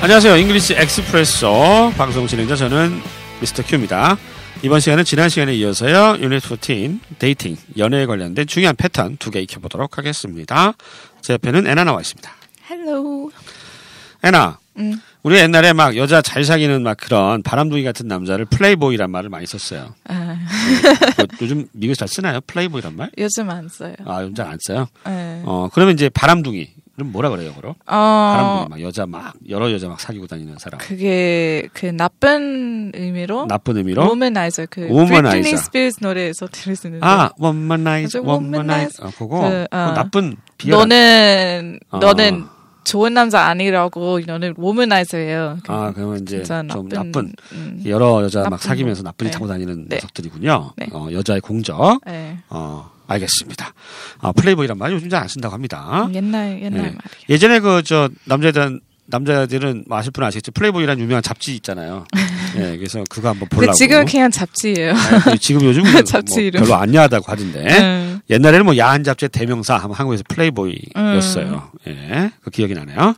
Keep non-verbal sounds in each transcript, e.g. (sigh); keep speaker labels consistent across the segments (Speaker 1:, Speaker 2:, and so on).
Speaker 1: 안녕하세요. 잉글리시 엑스프레소 방송 진행자 저는 미스터 큐입니다. 이번 시간은 지난 시간에 이어서요. 유닛 14 데이팅 연애에 관련된 중요한 패턴 두 개 익혀보도록 하겠습니다. 제 옆에는 애나 나와 있습니다.
Speaker 2: 헬로.
Speaker 1: 애나
Speaker 2: 음.
Speaker 1: 우리 옛날에 막 여자 잘 사귀는 막 그런 바람둥이 같은 남자를 플레이보이란 말을 많이 썼어요.
Speaker 2: 아, (laughs)
Speaker 1: 뭐 요즘 미국에서 잘 쓰나요? 플레이보이란 말?
Speaker 2: 요즘 안 써요.
Speaker 1: 아, 요즘 잘 안 써요.
Speaker 2: 네.
Speaker 1: 어, 그러면 이제 바람둥이는 뭐라 그래요, 그럼?
Speaker 2: 어,
Speaker 1: 바람둥이 막 여자 막 여러 여자 막 사귀고 다니는 사람.
Speaker 2: 그게 그 나쁜 의미로
Speaker 1: 나쁜 의미로
Speaker 2: womanizer 그
Speaker 1: Womanizer.
Speaker 2: 브리트니 스피어스 노래에서 들을 수 있는데.
Speaker 1: 아, 원만나이즈,
Speaker 2: 그래서
Speaker 1: 원만나이즈.
Speaker 2: womanize.
Speaker 1: 어, 그거
Speaker 2: 그,
Speaker 1: 그거
Speaker 2: 아.
Speaker 1: 나쁜 비열.
Speaker 2: 너는
Speaker 1: 아.
Speaker 2: 너는 좋은 남자 아니라고 너는 womanize예요.
Speaker 1: 아, 그러면 이제
Speaker 2: 진짜
Speaker 1: 좀
Speaker 2: 나쁜.
Speaker 1: 나쁜,
Speaker 2: 음.
Speaker 1: 여러 여자 막
Speaker 2: 나쁜
Speaker 1: 사귀면서 나쁜이
Speaker 2: 네.
Speaker 1: 타고 다니는
Speaker 2: 네.
Speaker 1: 녀석들이군요.
Speaker 2: 네.
Speaker 1: 어, 여자의 공적.
Speaker 2: 네.
Speaker 1: 어, 알겠습니다. 아, 플레이보이란 말 요즘 잘 안 쓴다고
Speaker 2: 음.
Speaker 1: 합니다.
Speaker 2: 옛날 옛날
Speaker 1: 네.
Speaker 2: 말이에요.
Speaker 1: 예전에 그 저 남자들은 남자들은 뭐 아실 분 아시겠죠? 플레이보이라는 유명한 잡지
Speaker 2: (laughs)
Speaker 1: 있잖아요. 예, 그래서 그거 한번
Speaker 2: 그
Speaker 1: 보려고.
Speaker 2: 지금 그냥 잡지예요.
Speaker 1: 아, 그 지금 요즘 뭐
Speaker 2: (laughs) 잡지 이름.
Speaker 1: 별로 안 야하다고 하던데.
Speaker 2: 음.
Speaker 1: 옛날에는 뭐 야한 잡지의 대명사 하면 한국에서 플레이보이였어요. 예, 그 기억이 나네요.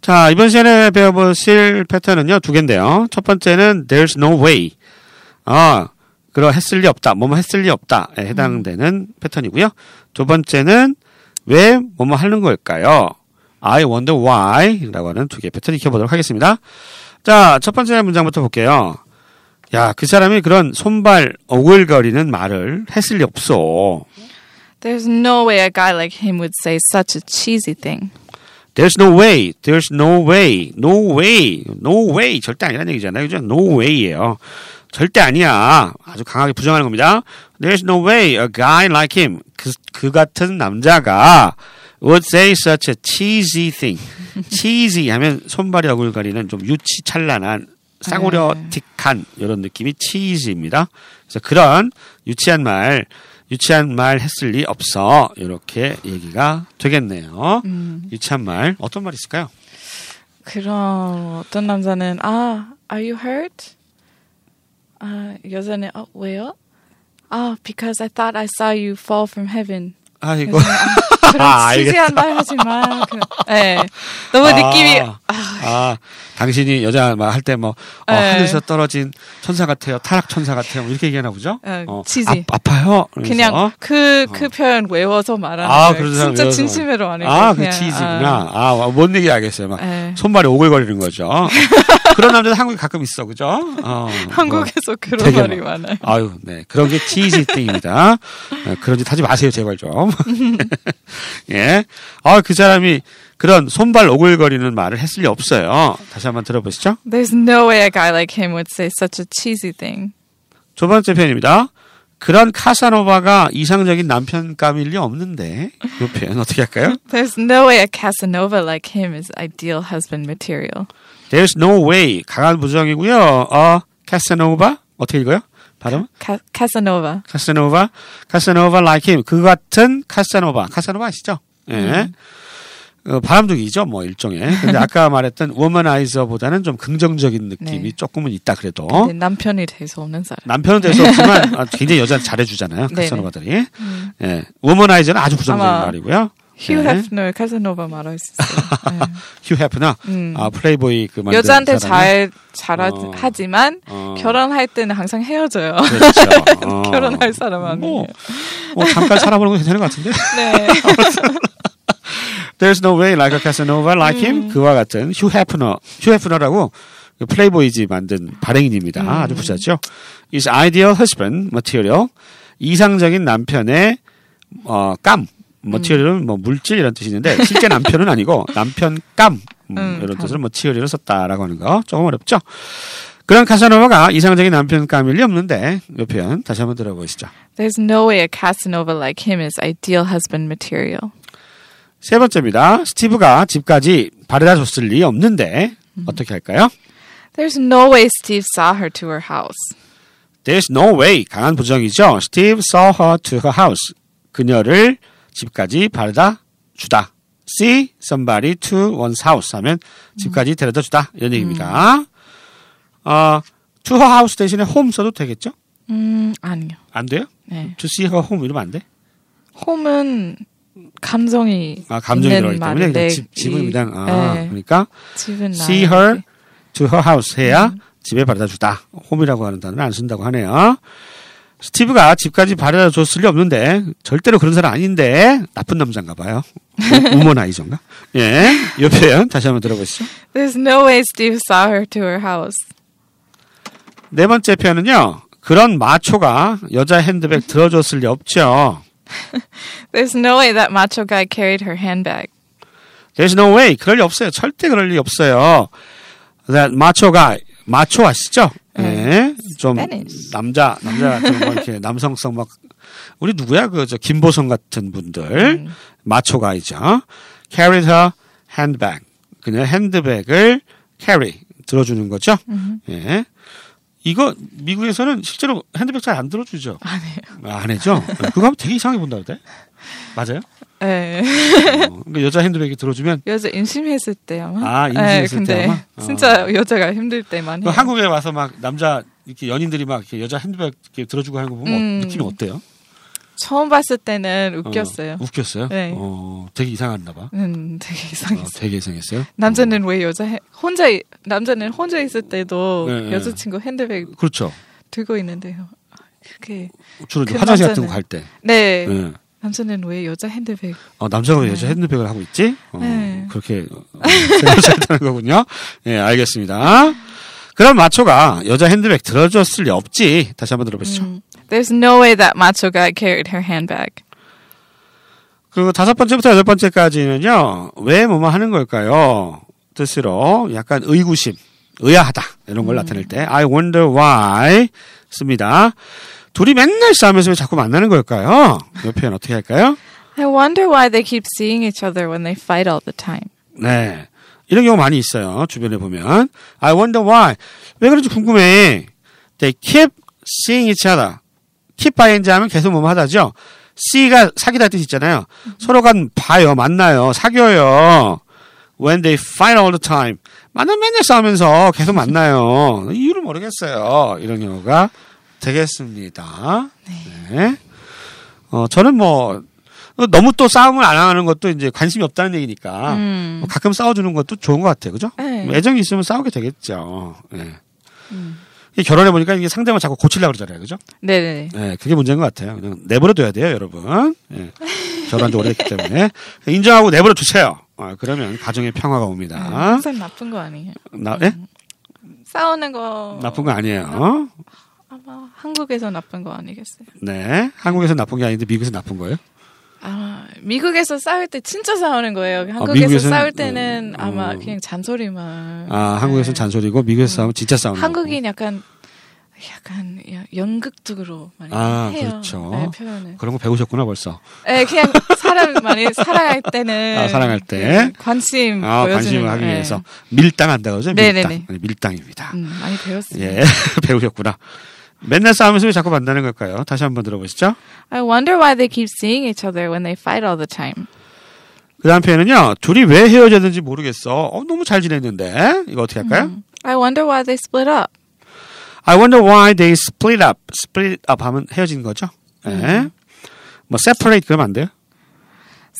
Speaker 1: 자 이번 시간에 배워보실 패턴은요 두 개인데요. 첫 번째는 there's no way. 아 그러 했을 리 없다. 뭐뭐 했을 리 없다에 해당되는 패턴이고요. 두 번째는 왜 뭐뭐 하는 걸까요? I wonder why라고 하는 두 개의 패턴 익혀보도록 하겠습니다. 자, 첫 번째 문장부터 볼게요. 야, 그 사람이 그런 손발 오글거리는 말을 했을 리 없어.
Speaker 2: There's no way a guy like him would say such a cheesy thing.
Speaker 1: There's no way. There's no way. No way. No way. 절대 아니라는 얘기잖아요. 그죠? No way예요. 절대 아니야. 아주 강하게 부정하는 겁니다. There's no way a guy like him. 그, 그 같은 남자가 would say such a cheesy (laughs) thing. cheesy 하면 손발이 어글거리는 좀 유치찬란한 싸구려틱한 이런 느낌이 cheesy입니다. 그래서 그런 유치한 말, 유치한 말 했을 리 없어. 이렇게 얘기가 되겠네요. 유치한 말 어떤 말 있을까요?
Speaker 2: 그럼 어떤 남자는 아 are you hurt? 아 여자는 어 왜요? 아 because I thought I saw you fall from heaven.
Speaker 1: 아 이거 (laughs)
Speaker 2: 그래서, 아,
Speaker 1: 아,
Speaker 2: 그런 치지한 말 하지 마. 그, 네. 너무 느낌이
Speaker 1: 아, 아, 당신이 여자 말 할 때 뭐 어,
Speaker 2: 네.
Speaker 1: 하늘에서 떨어진 천사 같아요 타락 천사 같아요 뭐 이렇게 얘기하나 보죠?
Speaker 2: 어,
Speaker 1: 어,
Speaker 2: 치지.
Speaker 1: 아, 아파요. 그러면서.
Speaker 2: 그냥 그 그 표현 외워서 말하는
Speaker 1: 아,
Speaker 2: 거예요.
Speaker 1: 그런 사람
Speaker 2: 진짜
Speaker 1: 외워서.
Speaker 2: 진심으로 안 해요.
Speaker 1: 아, 그
Speaker 2: 그냥,
Speaker 1: 치즈구나. 아, 와, 뭔 얘기 알겠어요. 막
Speaker 2: 아, 네.
Speaker 1: 손발이 오글거리는
Speaker 2: (laughs)
Speaker 1: 거죠. 그런 남자도 한국에 가끔 있어, 그죠? 어, 뭐.
Speaker 2: 한국에서 그런
Speaker 1: 되게
Speaker 2: 말이
Speaker 1: 많-
Speaker 2: 많아요.
Speaker 1: 아유, 네. 그런 게 치즈 띵입니다. 네, 그런 짓 하지 마세요, 제발 좀. (laughs) 예. 아, 그 사람이 그런 손발 오글거리는 말을 했을 리 없어요. 다시 한번 들어보시죠.
Speaker 2: There's no way a guy like him would say such a cheesy thing.
Speaker 1: 두 번째 표현입니다. 그런 카사노바가 이상적인 남편감일 리 없는데. 이 표현 어떻게 할까요?
Speaker 2: There's no way a Casanova like him is ideal husband material.
Speaker 1: There's no way. 강한 부정이고요. 어, 카사노바? 어떻게 읽어요? 발음?
Speaker 2: Ca- Casanova.
Speaker 1: 카사노바, 카사노바 like him. 그 같은 카사노바. 카사노바 아시죠? 예.
Speaker 2: 네.
Speaker 1: 어, 바람둥이죠, 뭐, 일종의. 근데
Speaker 2: (laughs)
Speaker 1: 아까 말했던 워머나이저보다는 좀 긍정적인 느낌이
Speaker 2: 네.
Speaker 1: 조금은 있다 그래도.
Speaker 2: 네, 남편이 돼서 없는 사람.
Speaker 1: 남편은
Speaker 2: (laughs)
Speaker 1: 될 수 없지만 아, 굉장히 여자는 잘해주잖아요,
Speaker 2: 네네. 음.
Speaker 1: 카사노바들이. 예. 워머나이저는 아주 부정적인
Speaker 2: 아마
Speaker 1: 말이고요.
Speaker 2: 휴
Speaker 1: 네.
Speaker 2: 헤프너 카사노바 말할 수 있어요.
Speaker 1: 휴 해프나,
Speaker 2: 음.
Speaker 1: 아, 플레이보이 그
Speaker 2: 네.
Speaker 1: (laughs) 만든
Speaker 2: 여자한테
Speaker 1: 사람이.
Speaker 2: 잘
Speaker 1: 어.
Speaker 2: 잘하지만
Speaker 1: 어.
Speaker 2: 결혼할 때는 항상 헤어져요.
Speaker 1: 그렇죠. 어.
Speaker 2: (laughs) 결혼할 사람 아니에요.
Speaker 1: 뭐, 뭐 잠깐 살아보는 건 괜찮은 것 (laughs) 같은데.
Speaker 2: 네.
Speaker 1: There's no way like a Casanova like him. 그와 같은 휴 해프너, 휴 해프너라고 그 플레이보이지 만든 발행인입니다. 아주 부자죠. Is ideal husband material. 이상적인 남편의 어, 깜. material은 뭐 물질 이런 뜻인데 (laughs) 실제 남편은 아니고 남편 깜 음,
Speaker 2: 음,
Speaker 1: 이런
Speaker 2: 감.
Speaker 1: 뜻으로 material을 썼다라고 하는 거 조금 어렵죠. 그런 카사노바가 이상적인 남편 깜일 리 없는데 이 표현 다시 한번 들어보시죠.
Speaker 2: There's no way a Casanova like him is ideal husband material.
Speaker 1: 세 번째입니다. 스티브가 집까지 바래다 줬을 리 없는데
Speaker 2: 음.
Speaker 1: 어떻게 할까요?
Speaker 2: There's no way Steve saw her to her house.
Speaker 1: There's no way 강한 부정이죠. Steve saw her to her house. 그녀를 집까지 바래다 주다. See somebody to one's house 하면
Speaker 2: 음.
Speaker 1: 집까지 데려다 주다 이런 얘기입니다. 어, to her house 대신에 home 써도 되겠죠?
Speaker 2: 음 아니요.
Speaker 1: 안 돼요?
Speaker 2: 네.
Speaker 1: To see her home 이러면 안 돼?
Speaker 2: 홈은 감정이
Speaker 1: 아, 감정이
Speaker 2: 있는
Speaker 1: 들어가기 때문에
Speaker 2: 말인데
Speaker 1: 그냥 집, 집은
Speaker 2: 이-
Speaker 1: 그냥 아,
Speaker 2: 네.
Speaker 1: 그러니까
Speaker 2: 집은
Speaker 1: see
Speaker 2: 나의 음.
Speaker 1: her to her house 해야 집에 바래다 주다. 홈이라고 하는 단어는 안 쓴다고 하네요. 스티브가 집까지 바래다 줬을 리 없는데 절대로 그런 사람 아닌데 나쁜 남자인가 봐요. 우- 우먼 아이즈인가? 예. 이 표현 다시 한번 들어보시죠.
Speaker 2: There's no way Steve saw her to her house.
Speaker 1: 네 번째 표현은요. 그런 마초가 여자 핸드백 들어줬을 리 없죠.
Speaker 2: There's no way that macho guy carried her handbag.
Speaker 1: There's no way. 그럴 리 없어요. 절대 그럴 리 없어요. That 마초가 마초 아시죠? 예. 좀
Speaker 2: Spanish.
Speaker 1: 남자 남자 좀뭐 이렇게 남성성 막 우리 누구야 그 저 김보성 같은 분들 마초가이죠. Carry her handbag. 그냥 핸드백을 carry 들어주는 거죠. 예. 이거 미국에서는 실제로 핸드백 잘 안 들어주죠.
Speaker 2: 안 해요.
Speaker 1: 아, 안 해죠. 그거 하면 되게 이상하게 본다는데. 맞아요?
Speaker 2: 네.
Speaker 1: 어, 그러니까 여자 핸드백이 들어주면
Speaker 2: 여자 임신했을 때 아마.
Speaker 1: 아, 임신했을
Speaker 2: 네,
Speaker 1: 때
Speaker 2: 근데
Speaker 1: 아마? 어.
Speaker 2: (laughs) 진짜 여자가 힘들 때만
Speaker 1: 그
Speaker 2: 해요.
Speaker 1: 한국에 와서 막 남자 이렇게 연인들이 막 이렇게 여자 핸드백 이렇게 들어주고 하는 거 보면 어-
Speaker 2: 음.
Speaker 1: 느낌이 어때요?
Speaker 2: 처음 봤을 때는
Speaker 1: 어,
Speaker 2: 웃겼어요.
Speaker 1: 웃겼어요?
Speaker 2: 네.
Speaker 1: 어, 되게 이상했나 봐.
Speaker 2: 음, 되게
Speaker 1: 어,
Speaker 2: 이상했어요.
Speaker 1: 되게 이상했어요.
Speaker 2: 남자는 왜 여자 해- 혼자 이- 남자는 혼자 있을 때도
Speaker 1: 네, 네.
Speaker 2: 여자친구 핸드백
Speaker 1: 어, 그렇죠.
Speaker 2: 들고 있는데요. 그게
Speaker 1: 주로 이제
Speaker 2: 그
Speaker 1: 화장실
Speaker 2: 남자는-
Speaker 1: 같은 거 갈 때.
Speaker 2: 네
Speaker 1: 예.
Speaker 2: 남자는 왜 여자 핸드백?
Speaker 1: 어, 남자가 왜
Speaker 2: 네.
Speaker 1: 여자 핸드백을 하고 있지? 어,
Speaker 2: 네.
Speaker 1: 그렇게 어, 생각하다는 거군요. 예, 알겠습니다. 그럼 마초가 여자 핸드백 들어줬을 리 없지. 다시 한번 들어보시죠.
Speaker 2: 음. There's no way that macho guy carried her handbag.
Speaker 1: 그리고 다섯 번째부터 여덟 번째까지는요, 왜 뭐뭐 하는 걸까요? 뜻으로 약간 의구심, 의아하다, 이런 걸 나타낼 때, I wonder why 씁니다. 둘이 맨날 싸우면서 왜 자꾸 만나는 걸까요? 이 표현 어떻게 할까요?
Speaker 2: I wonder why they keep seeing each other when they fight all the time.
Speaker 1: 네. 이런 경우 많이 있어요. 주변에 보면. I wonder why. 왜 그런지 궁금해. They keep seeing each other. keep by인지 하면 계속 뭐뭐 하다죠. see가 사귀다 뜻 있잖아요. 서로가 봐요, 만나요, 사귀어요. When they fight all the time. 만나면 맨날 싸우면서 계속 만나요. 이유를 모르겠어요. 이런 경우가 되겠습니다. 네. 어, 저는 뭐, 너무 또 싸움을 안 하는 것도 이제 관심이 없다는 얘기니까.
Speaker 2: 음.
Speaker 1: 뭐 가끔 싸워주는 것도 좋은 것 같아요. 그죠? 뭐
Speaker 2: 네. 음.
Speaker 1: 애정이 있으면 싸우게 되겠죠. 예. 이 결혼해보니까 이게 상대방 자꾸 고치려고 그러잖아요. 그죠?
Speaker 2: 네네.
Speaker 1: 예, 그게 문제인 것 같아요. 그냥 내버려둬야 돼요, 여러분. 예. 결혼한 지 오래됐기 때문에. 인정하고 내버려두세요. 아, 그러면 가정에 평화가 옵니다.
Speaker 2: 항상 나쁜 거 아니에요?
Speaker 1: 나, 예?
Speaker 2: 싸우는 거
Speaker 1: 나쁜 거 아니에요.
Speaker 2: 아마 한국에서 나쁜 거 아니겠어요?
Speaker 1: 네. 한국에서 나쁜 게 아닌데 미국에서 나쁜 거예요?
Speaker 2: 아 미국에서 싸울 때 진짜 싸우는 거예요. 한국에서
Speaker 1: 아, 미국에서는-
Speaker 2: 싸울 때는
Speaker 1: 어,
Speaker 2: 아마
Speaker 1: 어.
Speaker 2: 그냥
Speaker 1: 아,
Speaker 2: 잔소리만.
Speaker 1: 뭐. 한국에서는 잔소리고 미국에서 싸우면 진짜 싸우는
Speaker 2: 네. 한국인 약간 약간 야- 연극적으로 많이
Speaker 1: 아,
Speaker 2: 해요.
Speaker 1: 그렇죠.
Speaker 2: 네, 표현을.
Speaker 1: 거고. 그런 거 배우셨구나, 벌써.
Speaker 2: 네, 그냥 사람 많이 사랑할 때는 네,
Speaker 1: 아, 사랑할 때.
Speaker 2: 관심
Speaker 1: 아,
Speaker 2: 보여주는
Speaker 1: 관심을
Speaker 2: 거.
Speaker 1: 하기
Speaker 2: 네.
Speaker 1: 위해서. 밀당한다고 그러죠? 밀당.
Speaker 2: 네네네.
Speaker 1: 네, 밀당입니다.
Speaker 2: 음, 많이 배웠어요.
Speaker 1: 예, (laughs) 배우셨구나. 맨날 싸우면서 왜 자꾸 만나는 걸까요? 다시 한번 들어보시죠.
Speaker 2: I wonder why they keep seeing each other when they fight all the time.
Speaker 1: 그 다음 표현은요. 둘이 왜 헤어졌는지 모르겠어. 어, 너무 잘 지냈는데. 이거 어떻게 할까요?
Speaker 2: I wonder why they split up.
Speaker 1: I wonder why they split up. split up 하면 헤어진 거죠. 예.
Speaker 2: 음.
Speaker 1: 뭐 separate 그러면 안 돼요?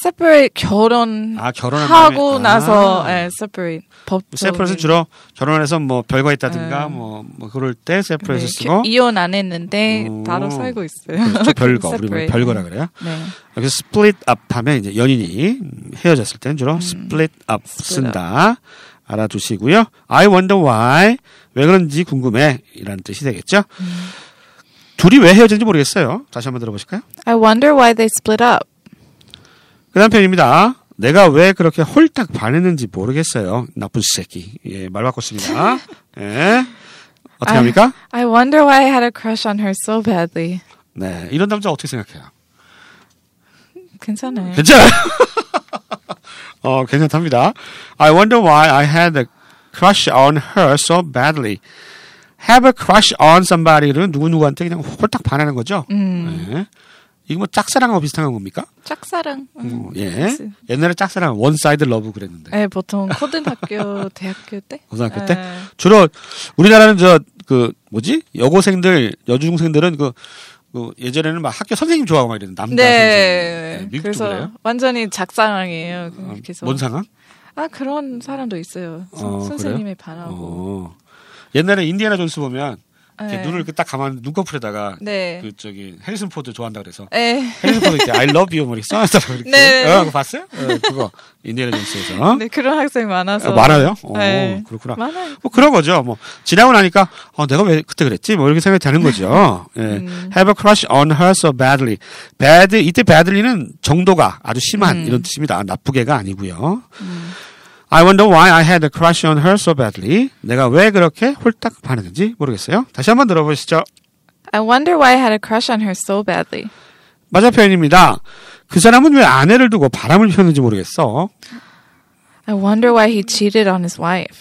Speaker 2: Separate 결혼
Speaker 1: 아, 결혼한
Speaker 2: 음. 하고
Speaker 1: 다음에.
Speaker 2: 나서
Speaker 1: 아. 뭐
Speaker 2: 예, separate 법
Speaker 1: separate은 주로 결혼해서 뭐 별거 있다든가 뭐, 뭐 그럴 때 separate 쓰고
Speaker 2: 음. 네, 이혼 안 했는데
Speaker 1: 오.
Speaker 2: 따로 살고 있어요. (laughs)
Speaker 1: 그렇죠. 별거 우리 뭐
Speaker 2: Separate.
Speaker 1: 별거라 그래요.
Speaker 2: 네.
Speaker 1: 그래서 split up 하면 이제 연인이 음, 헤어졌을 때는 주로 split up
Speaker 2: split
Speaker 1: 쓴다. 알아두시고요. I wonder why. 왜 그런지 궁금해. 이라는 뜻이 되겠죠. 둘이 왜 헤어졌는지 모르겠어요. 다시 한번 들어보실까요?
Speaker 2: I wonder why they split up.
Speaker 1: 그 다음 편입니다. 내가 왜 그렇게 홀딱 반했는지 모르겠어요. 나쁜 새끼. 예, 말 (laughs) 바꿨습니다. 예. 어떻게
Speaker 2: 아.
Speaker 1: 합니까?
Speaker 2: I wonder why I had a crush on her so badly.
Speaker 1: 네. 이런 남자 어떻게 생각해요?
Speaker 2: 괜찮아요.
Speaker 1: 네. 괜찮아요. (laughs) 어, 괜찮답니다. I wonder why I had a crush on her so badly. Have a crush on somebody는 누구누구한테 그냥 홀딱 반하는 거죠.
Speaker 2: 음.
Speaker 1: 예. 이거 뭐 짝사랑하고 비슷한 겁니까?
Speaker 2: 짝사랑. 음.
Speaker 1: 어, 예.
Speaker 2: 그치.
Speaker 1: 옛날에 짝사랑 원 사이드 러브 그랬는데.
Speaker 2: 네, 보통
Speaker 1: (laughs)
Speaker 2: 고등학교, 대학교 때.
Speaker 1: 고등학교 때?
Speaker 2: 네.
Speaker 1: 주로 우리나라는 저 그 뭐지? 여고생들, 여중생들은 그 그 예전에는 막 학교 선생님 좋아하고 막 이랬는 남자
Speaker 2: 네.
Speaker 1: 선생님. 네, 미국도
Speaker 2: 그래서
Speaker 1: 그래요?
Speaker 2: 완전히 작상황이에요.
Speaker 1: 어,
Speaker 2: 그래서
Speaker 1: 뭔 상황?
Speaker 2: 아 그런 사람도 있어요. 선-
Speaker 1: 어,
Speaker 2: 선생님에 반하고.
Speaker 1: 어. 옛날에 인디애나 존스 보면 이렇게
Speaker 2: 네.
Speaker 1: 눈을 이렇게 딱 감은 눈꺼풀에다가
Speaker 2: 네.
Speaker 1: 그 저기 해리슨 포드 좋아한다 그래서
Speaker 2: 네.
Speaker 1: 해리슨 포드 이렇게 I love you 뭐 이렇게 써놨다고 이렇게
Speaker 2: 네.
Speaker 1: 어, 그거 봤어요? 어, 그거 인디애나 존스에서
Speaker 2: 네, 그런 학생 많아서
Speaker 1: 어, 많아요? 어,
Speaker 2: 네.
Speaker 1: 그렇구나.
Speaker 2: 많아요.
Speaker 1: 뭐 그런 거죠. 뭐 지나고 나니까 어 내가 왜 그때 그랬지? 뭐 이렇게 생각이 되는 거죠. 예. Have a crush on her so badly. bad 이때 badly는 정도가 아주 심한 이런 뜻입니다. 나쁘게가 아니고요. I wonder why I had a crush on her so badly. 내가 왜 그렇게 홀딱 반했는지 모르겠어요. 다시 한번 들어보시죠.
Speaker 2: I wonder why I had a crush on her so badly.
Speaker 1: 맞아 표현입니다. 그 사람은 왜 아내를 두고 바람을 피웠는지 모르겠어.
Speaker 2: I wonder why he cheated on his wife.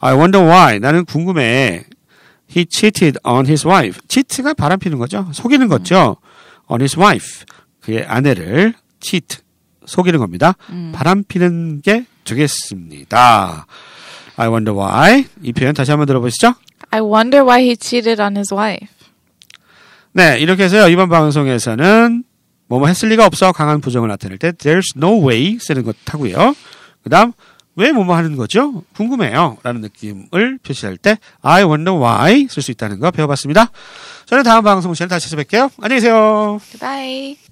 Speaker 1: I wonder why. 나는 궁금해. He cheated on his wife. cheat가 바람 피는 거죠. 속이는 거죠. on his wife. 그의 아내를 cheat. 속이는 겁니다. 바람 피는 게 되겠습니다. I wonder why. 이 표현 다시 한번 들어보시죠.
Speaker 2: I wonder why he cheated on his wife.
Speaker 1: 네, 이렇게 해서요. 이번 방송에서는 뭐뭐 했을 리가 없어 강한 부정을 나타낼 때 there's no way 쓰는 것 하고요. 그다음 왜 뭐뭐 하는 거죠? 궁금해요. 라는 느낌을 표시할 때 I wonder why 쓸 수 있다는 거 배워봤습니다. 저는 다음 방송 시간에 다시 찾아뵐게요. 안녕히 계세요.
Speaker 2: Goodbye.